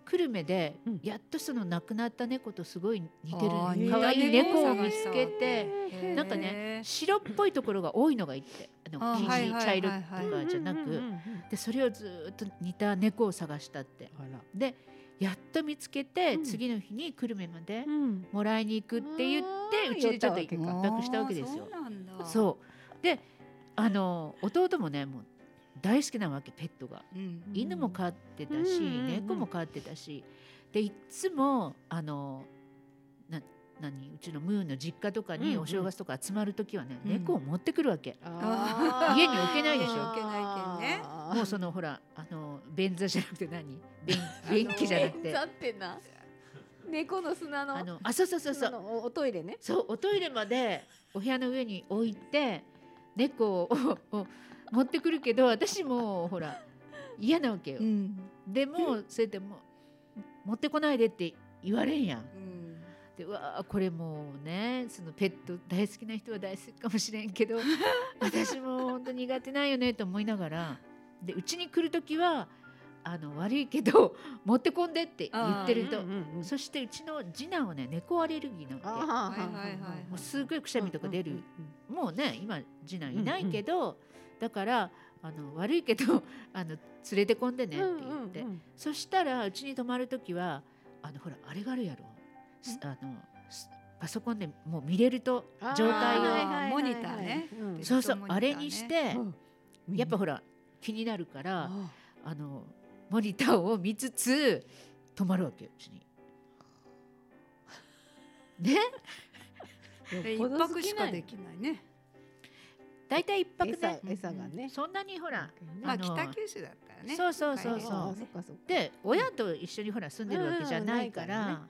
[SPEAKER 2] 久留米で
[SPEAKER 4] うん
[SPEAKER 2] やっとその亡くなった猫とすごい似て
[SPEAKER 1] あー
[SPEAKER 2] る
[SPEAKER 1] 似
[SPEAKER 2] 可
[SPEAKER 1] た
[SPEAKER 2] 愛い
[SPEAKER 1] 猫
[SPEAKER 2] 猫
[SPEAKER 1] を
[SPEAKER 2] を
[SPEAKER 1] 探
[SPEAKER 2] 見
[SPEAKER 1] した
[SPEAKER 2] つ
[SPEAKER 1] わけ
[SPEAKER 2] けて
[SPEAKER 1] へー
[SPEAKER 2] なんかね白っぽいところが多いのがいいってあの
[SPEAKER 1] あー
[SPEAKER 2] 生
[SPEAKER 1] はい
[SPEAKER 2] 地
[SPEAKER 1] はい
[SPEAKER 2] 茶色
[SPEAKER 1] はい
[SPEAKER 2] と
[SPEAKER 1] はい
[SPEAKER 2] かじゃな
[SPEAKER 4] うんうんうんう
[SPEAKER 2] く
[SPEAKER 4] ん
[SPEAKER 2] でそれをずーっと似た猫を探したって
[SPEAKER 4] あら
[SPEAKER 2] でやっと見つけて、
[SPEAKER 4] うん
[SPEAKER 2] 次の日に久留米まで
[SPEAKER 4] うん
[SPEAKER 2] もらいに行くって言って
[SPEAKER 4] あ
[SPEAKER 2] う
[SPEAKER 4] ー
[SPEAKER 2] ちでちょっと
[SPEAKER 4] 寄
[SPEAKER 2] 一
[SPEAKER 4] ったわ
[SPEAKER 2] 泊したわけですよ
[SPEAKER 1] あー。そうなんだ
[SPEAKER 2] そうであの弟もねもう大好きなわけペットが。
[SPEAKER 1] うん
[SPEAKER 2] 犬も飼ってた
[SPEAKER 4] う
[SPEAKER 2] し、
[SPEAKER 4] んうんうん
[SPEAKER 2] 猫も飼ってたしでいっつもあのな何うちのムーンの実家とか
[SPEAKER 4] うん
[SPEAKER 2] に
[SPEAKER 4] うん
[SPEAKER 2] お正月とか集まる時はね、
[SPEAKER 1] うん
[SPEAKER 2] 猫を持ってくるわけ、
[SPEAKER 4] あー
[SPEAKER 2] 家に置けないでしょ
[SPEAKER 4] あー
[SPEAKER 1] 置けないけんね
[SPEAKER 2] もうそのほらあの便座じゃなくて何便便器じゃなくて
[SPEAKER 4] だってな猫の砂の
[SPEAKER 2] あのあそうそうそうそ
[SPEAKER 4] 砂
[SPEAKER 2] う
[SPEAKER 4] のおおトイレね
[SPEAKER 2] そうおトイレまでお部屋の上に置いて猫をを持ってくるけど私もほら嫌なわけよ、
[SPEAKER 1] うん
[SPEAKER 2] でもそれでも持ってこないでって言われんやん。
[SPEAKER 1] うん
[SPEAKER 2] でうわーこれもうねそのペット大好きな人は大好きかもしれんけ ど私も本当苦手なんよねと思いながらでうちに来る時はあの悪いけ ど持ってこんでって言ってると、
[SPEAKER 4] うんうんうん
[SPEAKER 2] そしてうちの次男はね猫アレルギーな
[SPEAKER 4] あー
[SPEAKER 2] わけ
[SPEAKER 1] はいはいはいはい
[SPEAKER 2] もうすごいくしゃみとか出る、
[SPEAKER 4] うんうん
[SPEAKER 2] もうね今次男いないけど、だからあの悪いけどあの連れてこんでねって言って、
[SPEAKER 4] うんうんうん
[SPEAKER 2] そしたらうちに泊まる時はあのほらあれがあるやろすあのすパソコンでもう見れると状態
[SPEAKER 1] あー
[SPEAKER 2] を
[SPEAKER 1] モニターね。
[SPEAKER 4] うん
[SPEAKER 2] そう
[SPEAKER 1] ペ
[SPEAKER 2] そ
[SPEAKER 1] ット
[SPEAKER 2] う
[SPEAKER 1] モニターね
[SPEAKER 2] あれにして、やっぱ
[SPEAKER 4] ほ
[SPEAKER 2] ほら気になるから
[SPEAKER 4] ら
[SPEAKER 2] あのモニターを見つつ泊まるわけようちに。ね
[SPEAKER 1] で一泊しかできないね。
[SPEAKER 2] 大体一泊ね
[SPEAKER 4] 餌餌がね。
[SPEAKER 2] そんなにほら、
[SPEAKER 1] まあ
[SPEAKER 2] あの
[SPEAKER 1] 北九州だったらね。
[SPEAKER 2] そうそうそう
[SPEAKER 1] 大
[SPEAKER 2] そ
[SPEAKER 1] 変
[SPEAKER 2] う
[SPEAKER 1] ね
[SPEAKER 4] そっかそっか。
[SPEAKER 2] で親と一緒にほら住んでるわけじゃないから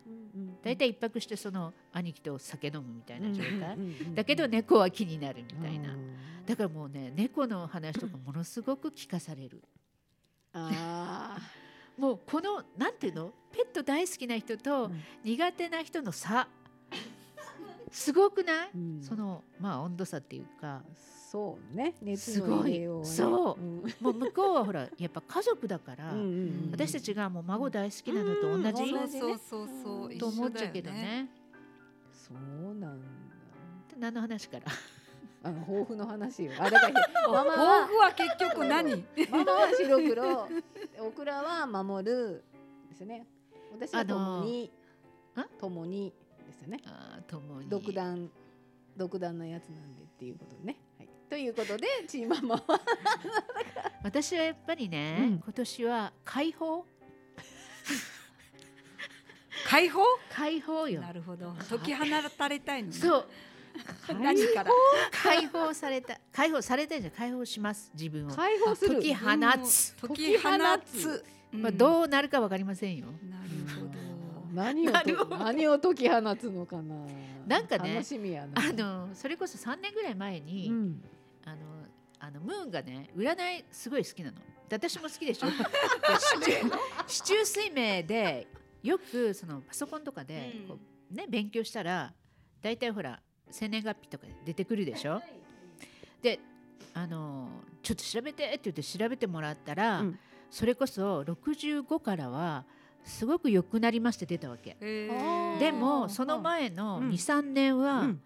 [SPEAKER 2] 大体一泊してその兄貴と酒飲むみたいな状態だけど猫は気になるみたいなだからもうね猫の話とかものすごく聞かされる
[SPEAKER 4] あ
[SPEAKER 2] もうこのなんていうのペット大好きな人と
[SPEAKER 4] うん
[SPEAKER 2] 苦手な人の差すごくない
[SPEAKER 4] ー
[SPEAKER 2] そのまあ温度差っていうか
[SPEAKER 4] そうね熱
[SPEAKER 2] す
[SPEAKER 4] の
[SPEAKER 2] ご
[SPEAKER 4] 入
[SPEAKER 2] い
[SPEAKER 4] れようはね
[SPEAKER 2] そう
[SPEAKER 4] うん
[SPEAKER 2] もう向こうはほ らやっぱ家族だから
[SPEAKER 4] うんうん
[SPEAKER 2] 私たちがもう孫大好きなのと同じ
[SPEAKER 4] うん
[SPEAKER 1] そうそうそうそう
[SPEAKER 2] と思っちゃうけど。ね。
[SPEAKER 4] そうなんだ
[SPEAKER 2] で何の話から
[SPEAKER 4] あの抱負の話よあだから
[SPEAKER 1] 一緒だよね
[SPEAKER 4] ママ
[SPEAKER 1] 抱
[SPEAKER 4] は
[SPEAKER 1] 負は結局何？
[SPEAKER 4] ママは白黒オクラは守るですね私は共に
[SPEAKER 2] あのー
[SPEAKER 4] 共にですよね
[SPEAKER 2] あー共に
[SPEAKER 4] 独断独断なやつなんでっていうことね、はい、ということでチーママは
[SPEAKER 2] 私はやっぱりね、
[SPEAKER 4] うん
[SPEAKER 2] 今年は解放
[SPEAKER 1] 解放？
[SPEAKER 2] 解放よ
[SPEAKER 1] なるほど。解き放たれたいのね。
[SPEAKER 2] そう
[SPEAKER 1] 何から？
[SPEAKER 2] 解放された解放されたんじゃない解放します自分を、
[SPEAKER 4] 解放する
[SPEAKER 2] 解き放つ、
[SPEAKER 1] 解き放つ。
[SPEAKER 2] まあ、
[SPEAKER 1] う
[SPEAKER 2] どうなるかわかりませんよ、
[SPEAKER 1] ん？なるほど。
[SPEAKER 4] 何を
[SPEAKER 2] なるほ
[SPEAKER 4] と
[SPEAKER 2] ど
[SPEAKER 4] 何を解き放つのかな
[SPEAKER 2] なんかね
[SPEAKER 4] 楽しみやな
[SPEAKER 2] あのそれこそ3年ぐらい前に、
[SPEAKER 4] うん
[SPEAKER 2] あのあのムーンがね占いすごい好きなので私も好きでし ょで市中水明でよくそのパソコンとかで
[SPEAKER 1] うん
[SPEAKER 2] こう、ね、勉強したら大体ほら生年月日とか出てくるでしょであのちょっと調べてって言って調べてもらったら、
[SPEAKER 4] うん
[SPEAKER 2] それこそ65からはすごく良くなりまして出たわけ
[SPEAKER 1] へ
[SPEAKER 4] あ
[SPEAKER 1] ー
[SPEAKER 4] ー
[SPEAKER 2] でもその前の
[SPEAKER 4] うん
[SPEAKER 2] 23年は、
[SPEAKER 4] うん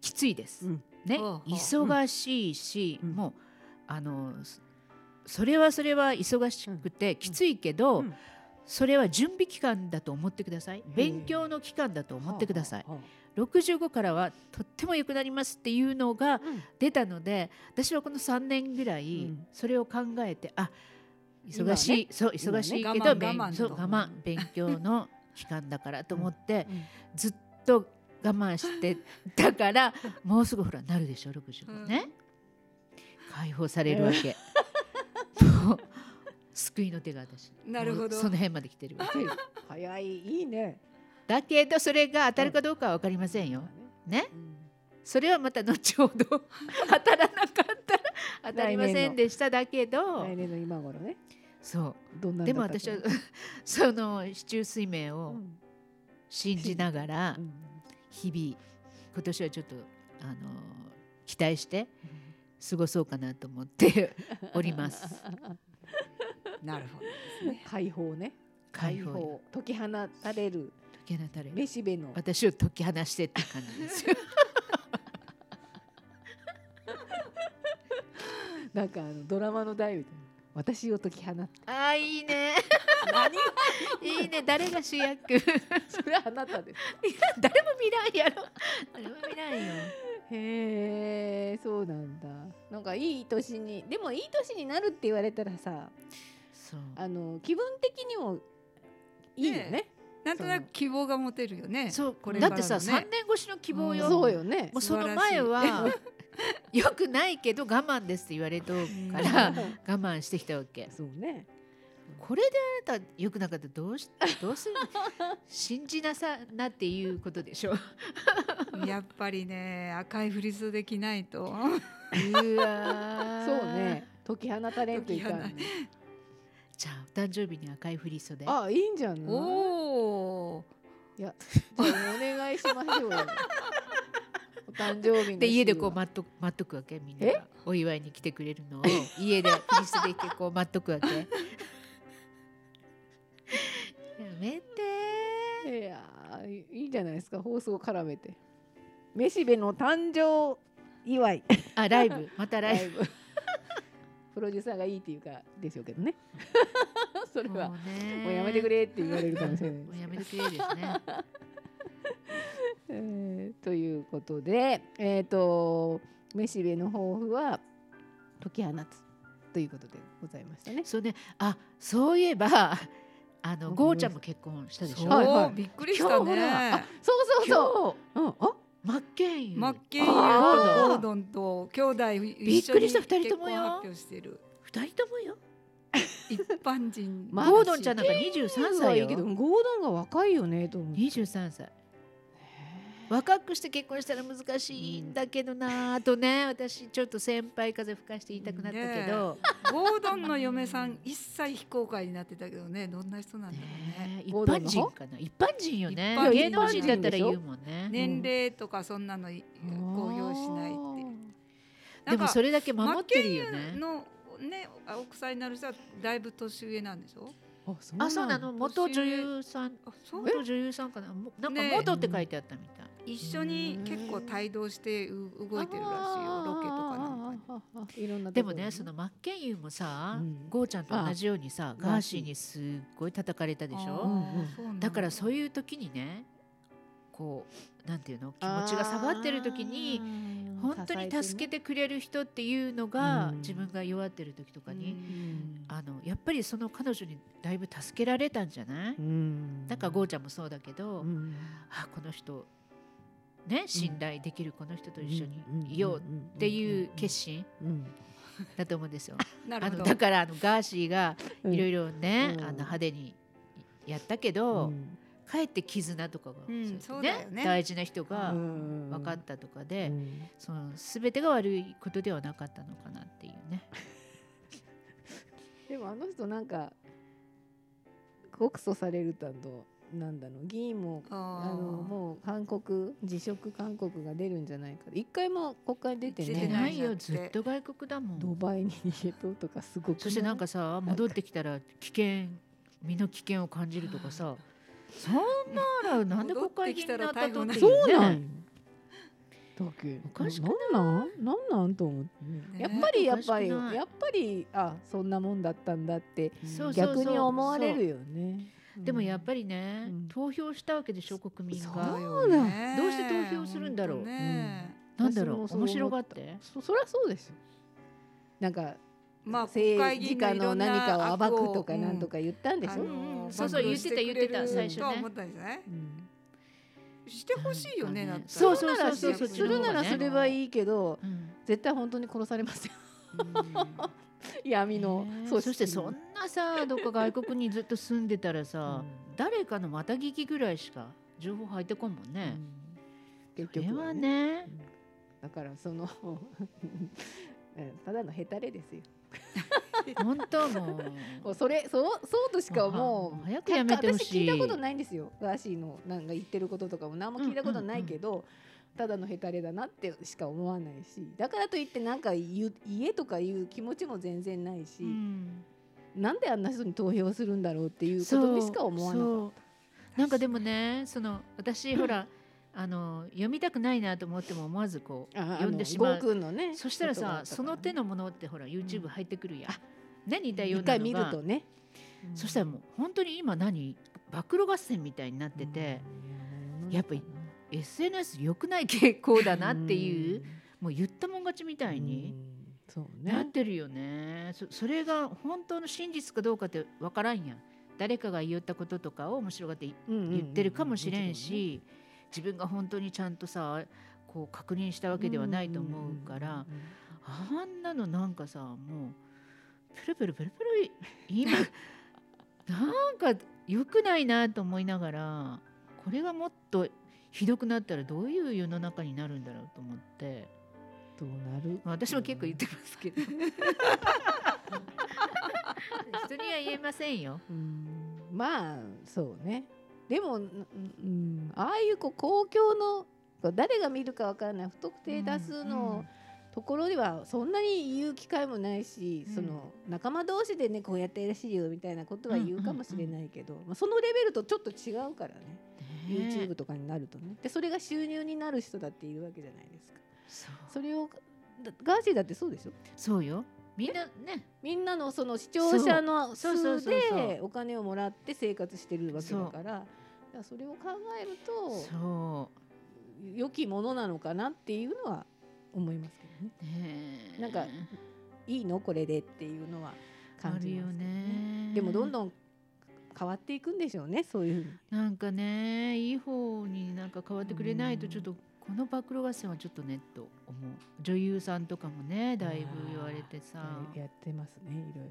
[SPEAKER 2] きついです、
[SPEAKER 4] うん
[SPEAKER 2] ね
[SPEAKER 1] ほうほう
[SPEAKER 2] 忙しいし、
[SPEAKER 4] うん
[SPEAKER 2] もうあのそそれはそれは忙しくてきついけど、
[SPEAKER 4] うん
[SPEAKER 2] それは準備期間だと思ってください勉強の期間だと思ってください、65からはとっても良くなりますっていうのが
[SPEAKER 4] うん
[SPEAKER 2] 出たので私はこの3年ぐら
[SPEAKER 4] う
[SPEAKER 2] い
[SPEAKER 4] ん
[SPEAKER 2] それを考えて、あ忙
[SPEAKER 4] 今はね
[SPEAKER 2] しい、そう忙しいけど、
[SPEAKER 1] 我慢
[SPEAKER 2] 勉
[SPEAKER 1] 我慢
[SPEAKER 2] そう
[SPEAKER 1] と
[SPEAKER 2] 我慢勉強の期間だからと思って、
[SPEAKER 4] うんうん
[SPEAKER 2] ずっと我慢してたからもうすぐほらなるでしょ65ね、解放されるわけ、もう救いの手が私
[SPEAKER 1] なるほど
[SPEAKER 2] もうその辺まで来てるわけ
[SPEAKER 4] 早いいいね
[SPEAKER 2] だけどそれが当たるかどうかは分かりませんよ、ねそれはまた後ほ ど当たらなかったら当たりませんでしただけど
[SPEAKER 4] 来年の今頃ね
[SPEAKER 2] そ
[SPEAKER 4] どんな
[SPEAKER 2] うんで
[SPEAKER 4] だ
[SPEAKER 2] も
[SPEAKER 4] ったっ
[SPEAKER 2] 私
[SPEAKER 4] け
[SPEAKER 2] は その市中水明
[SPEAKER 4] う
[SPEAKER 2] を
[SPEAKER 4] ん
[SPEAKER 2] 信じながら
[SPEAKER 4] うん
[SPEAKER 2] 日々今年はちょっとあの期待して過ごそうかなと思 っております。
[SPEAKER 1] なるほどですね。
[SPEAKER 4] 解放ね
[SPEAKER 2] 解放よ
[SPEAKER 4] 解き放たれる
[SPEAKER 2] 解き放たれ
[SPEAKER 4] めしべの
[SPEAKER 2] 私を解き放してって感じですよ。
[SPEAKER 4] なんかあのドラマの題みたいな私を解き放って
[SPEAKER 2] あーいい ね。いいね誰が主役
[SPEAKER 4] それはあなたです
[SPEAKER 2] 誰も見ないやろ誰も見ないよ。
[SPEAKER 4] へえそうなんだなんかいい年にでもいい年になるって言われたらさ
[SPEAKER 2] そう
[SPEAKER 4] あの気分的にもいいよね
[SPEAKER 1] ねなんとなく希望が持てるよね。
[SPEAKER 2] そう
[SPEAKER 1] これ
[SPEAKER 2] だ
[SPEAKER 1] か
[SPEAKER 2] っ
[SPEAKER 1] ら
[SPEAKER 2] て
[SPEAKER 1] の
[SPEAKER 2] さ
[SPEAKER 1] ね
[SPEAKER 2] 3年越しの希望よ。
[SPEAKER 1] ん
[SPEAKER 4] そうよね
[SPEAKER 2] もうその前は よくないけど我慢ですって言われとるか
[SPEAKER 1] う
[SPEAKER 2] ら
[SPEAKER 1] ん
[SPEAKER 2] 我慢してきたわけ。
[SPEAKER 4] そうね
[SPEAKER 2] これであなた良くなかったらどうしどうする信じなさなっていうことでしょう。
[SPEAKER 1] やっぱりね赤いフリスできないと。
[SPEAKER 2] うわ
[SPEAKER 4] そうね解き放たれんといかん
[SPEAKER 1] 解き
[SPEAKER 4] ね
[SPEAKER 2] じゃあお誕生日に赤い振り袖
[SPEAKER 4] あいいんじゃない
[SPEAKER 2] おお
[SPEAKER 4] じゃあお願いしま しょうよお誕生日の
[SPEAKER 2] で家でこう
[SPEAKER 4] 日は
[SPEAKER 2] 待っと待っとくわけみんながお祝いに来てくれるのを家でフリスでいてこう待っとくわけ やめて
[SPEAKER 4] いやーいいいいじゃないですか放送絡めて飯部の誕生祝い
[SPEAKER 2] あライブまたライブ
[SPEAKER 4] ブプロデューサーがいいっていうかでしょうけどね それは
[SPEAKER 2] もうね
[SPEAKER 4] もうやめてくれって言われるかもしれない
[SPEAKER 2] も
[SPEAKER 4] で
[SPEAKER 2] う
[SPEAKER 4] す
[SPEAKER 2] やめてくれですね
[SPEAKER 4] えーということで、えー、と飯部の抱負は解き放つということでございましたね。
[SPEAKER 2] そうねあそういえばあの
[SPEAKER 4] うん
[SPEAKER 2] ゴーちゃんも結婚したでし
[SPEAKER 1] そ
[SPEAKER 2] ょ
[SPEAKER 1] う、
[SPEAKER 4] はいはい
[SPEAKER 1] びっくりした
[SPEAKER 4] 今日ほ
[SPEAKER 1] ね
[SPEAKER 4] らあそうそうそう。
[SPEAKER 2] そう
[SPEAKER 4] うん、あ
[SPEAKER 2] マッケンユ
[SPEAKER 1] マッケンユと
[SPEAKER 2] あ
[SPEAKER 1] ゴードンと兄弟
[SPEAKER 2] び
[SPEAKER 1] 一
[SPEAKER 2] っ
[SPEAKER 1] 緒
[SPEAKER 2] く
[SPEAKER 1] に
[SPEAKER 2] りした
[SPEAKER 1] 結
[SPEAKER 2] 二人とも
[SPEAKER 1] 婚
[SPEAKER 2] よ
[SPEAKER 1] 発表してる
[SPEAKER 2] 二人ともよ
[SPEAKER 1] 一般人
[SPEAKER 4] まあ
[SPEAKER 2] ゴードンちゃんなんか
[SPEAKER 1] らしい
[SPEAKER 2] 23
[SPEAKER 4] は
[SPEAKER 2] 歳
[SPEAKER 4] いいけど
[SPEAKER 2] よ
[SPEAKER 4] ゴードンが若いよねと思って。
[SPEAKER 2] 23歳若くして結婚したら難しいんだけどなあとね私ちょっと先輩風吹かして言いたくなったけど、
[SPEAKER 1] ゴードンの嫁さん一切非公開になってたけどねどんな人なんだろうね
[SPEAKER 2] ねえ一
[SPEAKER 4] ゴード
[SPEAKER 2] 般
[SPEAKER 4] ンの
[SPEAKER 2] 人かな一般人よね
[SPEAKER 1] 一般人
[SPEAKER 2] 芸能人だったら言うもんね
[SPEAKER 1] 年齢とかそんなのい公表しないっていうな
[SPEAKER 2] で
[SPEAKER 1] んか
[SPEAKER 2] もそれだけ守ってるよ
[SPEAKER 1] マッケン
[SPEAKER 2] ね
[SPEAKER 1] のねあ奥さんになる人はだいぶ年上なんでしょ
[SPEAKER 4] あ、そう
[SPEAKER 2] あそうなの元
[SPEAKER 1] 年
[SPEAKER 2] 女
[SPEAKER 1] 上
[SPEAKER 2] 優さん
[SPEAKER 1] あそう
[SPEAKER 2] 元女優さんかなもなんか
[SPEAKER 1] ねえ
[SPEAKER 2] 元って書いてあったみたい、
[SPEAKER 1] 一緒に結構帯同してう動いてるらしいよロケとかなんか
[SPEAKER 4] んかいろんな
[SPEAKER 2] でもねそのマッケンユーもさ、
[SPEAKER 4] うん
[SPEAKER 2] ゴーちゃんと同じようにさ
[SPEAKER 4] あ
[SPEAKER 2] ガーシーにすっごい叩かれたでしょ
[SPEAKER 4] うんうん
[SPEAKER 2] だから
[SPEAKER 1] う
[SPEAKER 2] そういう時にねこうなんていうの気持ちが下がってる時に本当に助け
[SPEAKER 4] け
[SPEAKER 2] てくれる人っていうのが、
[SPEAKER 4] うん
[SPEAKER 2] 自分が弱ってる時とかに、
[SPEAKER 4] うん
[SPEAKER 2] あのやっぱりその彼女にだいぶ助けられたんじゃない、
[SPEAKER 4] うん
[SPEAKER 2] なんかゴーちゃんもそうだけど、
[SPEAKER 4] うん
[SPEAKER 2] あこの人ね信頼できるこの人と一緒
[SPEAKER 4] うん
[SPEAKER 2] にいようっていう決心
[SPEAKER 4] うん
[SPEAKER 2] だと思うんです よ。
[SPEAKER 1] な
[SPEAKER 2] あ
[SPEAKER 1] るほ
[SPEAKER 2] の
[SPEAKER 1] ど
[SPEAKER 2] だからあのガーシーが
[SPEAKER 4] うん
[SPEAKER 2] いろいろね、
[SPEAKER 4] うん
[SPEAKER 2] あの派手にやったけ
[SPEAKER 4] う
[SPEAKER 2] ど、
[SPEAKER 4] ん
[SPEAKER 2] かえって絆とかが、
[SPEAKER 1] うん
[SPEAKER 2] そう
[SPEAKER 1] そうだ
[SPEAKER 2] やって
[SPEAKER 1] よね
[SPEAKER 2] 大事な人が
[SPEAKER 4] うん
[SPEAKER 2] 分かったとか
[SPEAKER 4] う
[SPEAKER 2] で、
[SPEAKER 4] ん
[SPEAKER 2] その全てが悪いことではなかったのかなっていうね。
[SPEAKER 4] でもあの人なんか告訴されるだとなんだの議員もあ
[SPEAKER 1] あ
[SPEAKER 4] のもう韓国辞職勧告が出るんじゃないか一回も国会出て
[SPEAKER 1] 出
[SPEAKER 4] ね
[SPEAKER 1] て
[SPEAKER 2] な
[SPEAKER 1] ないい
[SPEAKER 2] よ
[SPEAKER 1] だって
[SPEAKER 2] ずっと外国だも
[SPEAKER 4] ド
[SPEAKER 2] ん。
[SPEAKER 4] バイに逃げとうとかすごくい
[SPEAKER 2] そしてなんかさ戻ってきたら危険身の危険を感じるとかさ そんならなんで国会議員になったとってい
[SPEAKER 4] そう
[SPEAKER 2] う
[SPEAKER 4] な
[SPEAKER 2] ね
[SPEAKER 4] んよだけ
[SPEAKER 2] おかしく
[SPEAKER 4] なんなんなんなんと思って、ね
[SPEAKER 1] ね
[SPEAKER 4] やっぱりやっぱり
[SPEAKER 2] おかしくない
[SPEAKER 4] やっぱりあそんなもんだったんだって
[SPEAKER 2] そうそうそう
[SPEAKER 4] 逆に思われるよね
[SPEAKER 2] でもやっ
[SPEAKER 4] り
[SPEAKER 2] ぱりね、
[SPEAKER 4] うん
[SPEAKER 2] 投票したわけでしょ国民
[SPEAKER 4] そ
[SPEAKER 2] が
[SPEAKER 4] う
[SPEAKER 2] どうして投票するんだろう
[SPEAKER 1] 本当ね
[SPEAKER 2] なんだろ
[SPEAKER 4] 私
[SPEAKER 2] う
[SPEAKER 4] もそう思
[SPEAKER 2] 面
[SPEAKER 4] った
[SPEAKER 2] 白がって
[SPEAKER 4] そそりゃそうですよなんか
[SPEAKER 1] まあ国
[SPEAKER 4] 政
[SPEAKER 1] 会議
[SPEAKER 4] 治
[SPEAKER 1] 員の
[SPEAKER 4] 家
[SPEAKER 1] いろ
[SPEAKER 4] の
[SPEAKER 1] んな
[SPEAKER 4] 何かを
[SPEAKER 1] 悪
[SPEAKER 4] 暴くとかなんとか言ったんでし
[SPEAKER 1] あの
[SPEAKER 4] ょ、
[SPEAKER 2] うんうん
[SPEAKER 1] 暴露
[SPEAKER 2] そうそう言ってた
[SPEAKER 1] してくれ
[SPEAKER 2] 言ってた
[SPEAKER 1] る
[SPEAKER 2] 最初ね
[SPEAKER 1] とは思ったんじゃない
[SPEAKER 4] うん
[SPEAKER 1] してほしいよね
[SPEAKER 2] な
[SPEAKER 1] だ
[SPEAKER 2] ん
[SPEAKER 1] っ
[SPEAKER 2] かね
[SPEAKER 1] て
[SPEAKER 2] そう
[SPEAKER 4] するなら
[SPEAKER 2] そうそうそう
[SPEAKER 4] するならすれば
[SPEAKER 1] い、
[SPEAKER 4] いいけど
[SPEAKER 2] うん
[SPEAKER 4] 絶対本当に殺されますよ
[SPEAKER 1] うん
[SPEAKER 4] 闇の
[SPEAKER 2] ねえ
[SPEAKER 4] 組織に
[SPEAKER 2] そしてそんなさどっか外国にずっと住んでたらさ、
[SPEAKER 4] う
[SPEAKER 2] 誰かのまた聞きぐらいしか情報入ってこんもん
[SPEAKER 4] う
[SPEAKER 2] ね、
[SPEAKER 4] ん結
[SPEAKER 2] それ
[SPEAKER 4] 局
[SPEAKER 2] は
[SPEAKER 4] はね
[SPEAKER 2] ね
[SPEAKER 4] だからその えただのヘタレですよ
[SPEAKER 2] 本当もう
[SPEAKER 4] もうそれそうそうとしかも
[SPEAKER 2] もう
[SPEAKER 4] う
[SPEAKER 2] 早くやめてほしい
[SPEAKER 4] た私聞いたことないんですよガーシーのなんか言ってることとかも何も聞いたことないけど、ただのヘタレだなってしか思わないしだからといってなんか言う家とかいう気持ちも全然ないし、
[SPEAKER 2] うん
[SPEAKER 4] なんであんな人に投票するんだろうっていうことにしか思わなかっ
[SPEAKER 2] そうなんかでもねその私ほらあの読みたくないなと思っても思わずこう
[SPEAKER 4] た。ああ
[SPEAKER 2] 読ん
[SPEAKER 4] の
[SPEAKER 2] でしま
[SPEAKER 4] ゴー
[SPEAKER 2] う
[SPEAKER 4] 君のね
[SPEAKER 2] そしたらさその手
[SPEAKER 4] の
[SPEAKER 2] のものってほら YouTube 入ってくるやん
[SPEAKER 4] あ、
[SPEAKER 2] ね似たよう
[SPEAKER 4] 一
[SPEAKER 2] な
[SPEAKER 4] 回
[SPEAKER 2] の
[SPEAKER 4] 見る
[SPEAKER 2] が
[SPEAKER 4] とね
[SPEAKER 2] そしたらもう本当に今何暴露合戦みたいになってて、、
[SPEAKER 4] うん
[SPEAKER 2] やっぱり SNS 良くない傾向だなっていう、
[SPEAKER 4] ん
[SPEAKER 2] もう言ったもん勝ちみたいに
[SPEAKER 4] うんそう
[SPEAKER 2] なっ
[SPEAKER 4] ね
[SPEAKER 2] てるよねそそれが本当の真実かどうかってわからんやん誰かが言ったこととかを面白がって言
[SPEAKER 4] 言
[SPEAKER 2] ってるかもしれんし、自分が本当にちゃんとさこう確認したわけではないと思うから、あんなのなんかさもうプルプルプルプル今 なんか良くないなと思いながらこれがもっとひどくなったらどういう世の中になるんだろうと思って、
[SPEAKER 4] どうなる。
[SPEAKER 2] まあ、私も結構言ってますけど人には言えませんよ。
[SPEAKER 4] うんまあそうねでも、うんうん、ああいうこう公共のこう誰が見るかわからない不特定多数のところではそんなに言う機会もないし、
[SPEAKER 2] うん
[SPEAKER 4] その仲間同士でねこうやってらしいよみたいなことは言うかもしれないけど、まあ、そのレベルとちょっと違うからね
[SPEAKER 2] ねえ
[SPEAKER 4] YouTube とかになるとねでそれが収入になる人だっているわけじゃないですか
[SPEAKER 2] そう
[SPEAKER 4] それをだガーシーだってそうでしょ
[SPEAKER 2] そうよ。みんなね、
[SPEAKER 4] みんなのその視聴者の
[SPEAKER 2] そうそうそう
[SPEAKER 4] 数
[SPEAKER 2] そうそう
[SPEAKER 4] でお金をもらって生活してるわけだからだからそれを考えると
[SPEAKER 2] そ
[SPEAKER 4] 良きものなのかなっていうのは思いますけどね
[SPEAKER 2] う。ねえ
[SPEAKER 4] なんかいいのこれでっていうのは
[SPEAKER 2] あ
[SPEAKER 4] 感じ
[SPEAKER 2] るよ
[SPEAKER 4] ますけど
[SPEAKER 2] ね。
[SPEAKER 4] でもどん
[SPEAKER 2] ん。
[SPEAKER 4] どん変わっていくんでしょうねそういうふうに
[SPEAKER 2] なんかね、いい方になんか変わってくれないと
[SPEAKER 4] うん
[SPEAKER 2] ちょっと。この暴露合戦はちょっとねと思う女優さんとかもねだいぶ言われてさ
[SPEAKER 4] あーやってますねいろい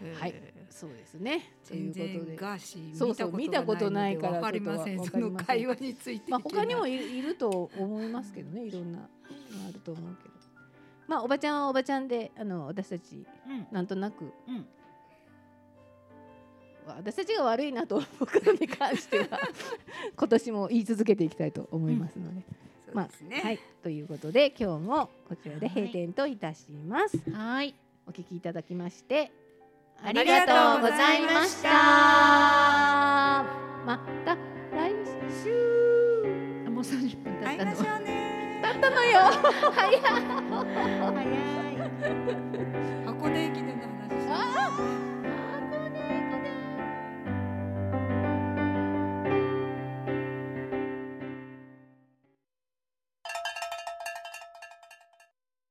[SPEAKER 4] ろねはい
[SPEAKER 1] えー
[SPEAKER 4] そうですねとい
[SPEAKER 1] 全
[SPEAKER 4] うこと
[SPEAKER 1] 然
[SPEAKER 4] で
[SPEAKER 1] ガーシ
[SPEAKER 4] そうそう
[SPEAKER 1] ー見たことがないのでわかりません
[SPEAKER 4] 見た
[SPEAKER 1] そ
[SPEAKER 4] こと
[SPEAKER 1] の
[SPEAKER 4] ないからち
[SPEAKER 1] 会
[SPEAKER 4] ょ
[SPEAKER 1] 話について
[SPEAKER 4] まあ
[SPEAKER 1] いけな
[SPEAKER 4] 他
[SPEAKER 1] い
[SPEAKER 4] にもいるいると思いますけ どねいろんなのあると思うけどまあおばちゃんはおばちゃんであの私たち
[SPEAKER 2] うん
[SPEAKER 4] なんとなく
[SPEAKER 2] うん
[SPEAKER 4] 私たちが悪いなと思うことに関して は今年も言い続けていきたいと思いますので、
[SPEAKER 1] そうですね、
[SPEAKER 4] はいということで今日もこちらで
[SPEAKER 2] はい
[SPEAKER 4] 閉店といたします、
[SPEAKER 2] はい
[SPEAKER 4] お聞きいただきましてあ
[SPEAKER 1] りがとうございました
[SPEAKER 4] また来週
[SPEAKER 2] もう30分経
[SPEAKER 1] 会
[SPEAKER 2] っ
[SPEAKER 1] い
[SPEAKER 2] た
[SPEAKER 1] ま
[SPEAKER 2] の
[SPEAKER 1] しょうね
[SPEAKER 4] だったのよ早い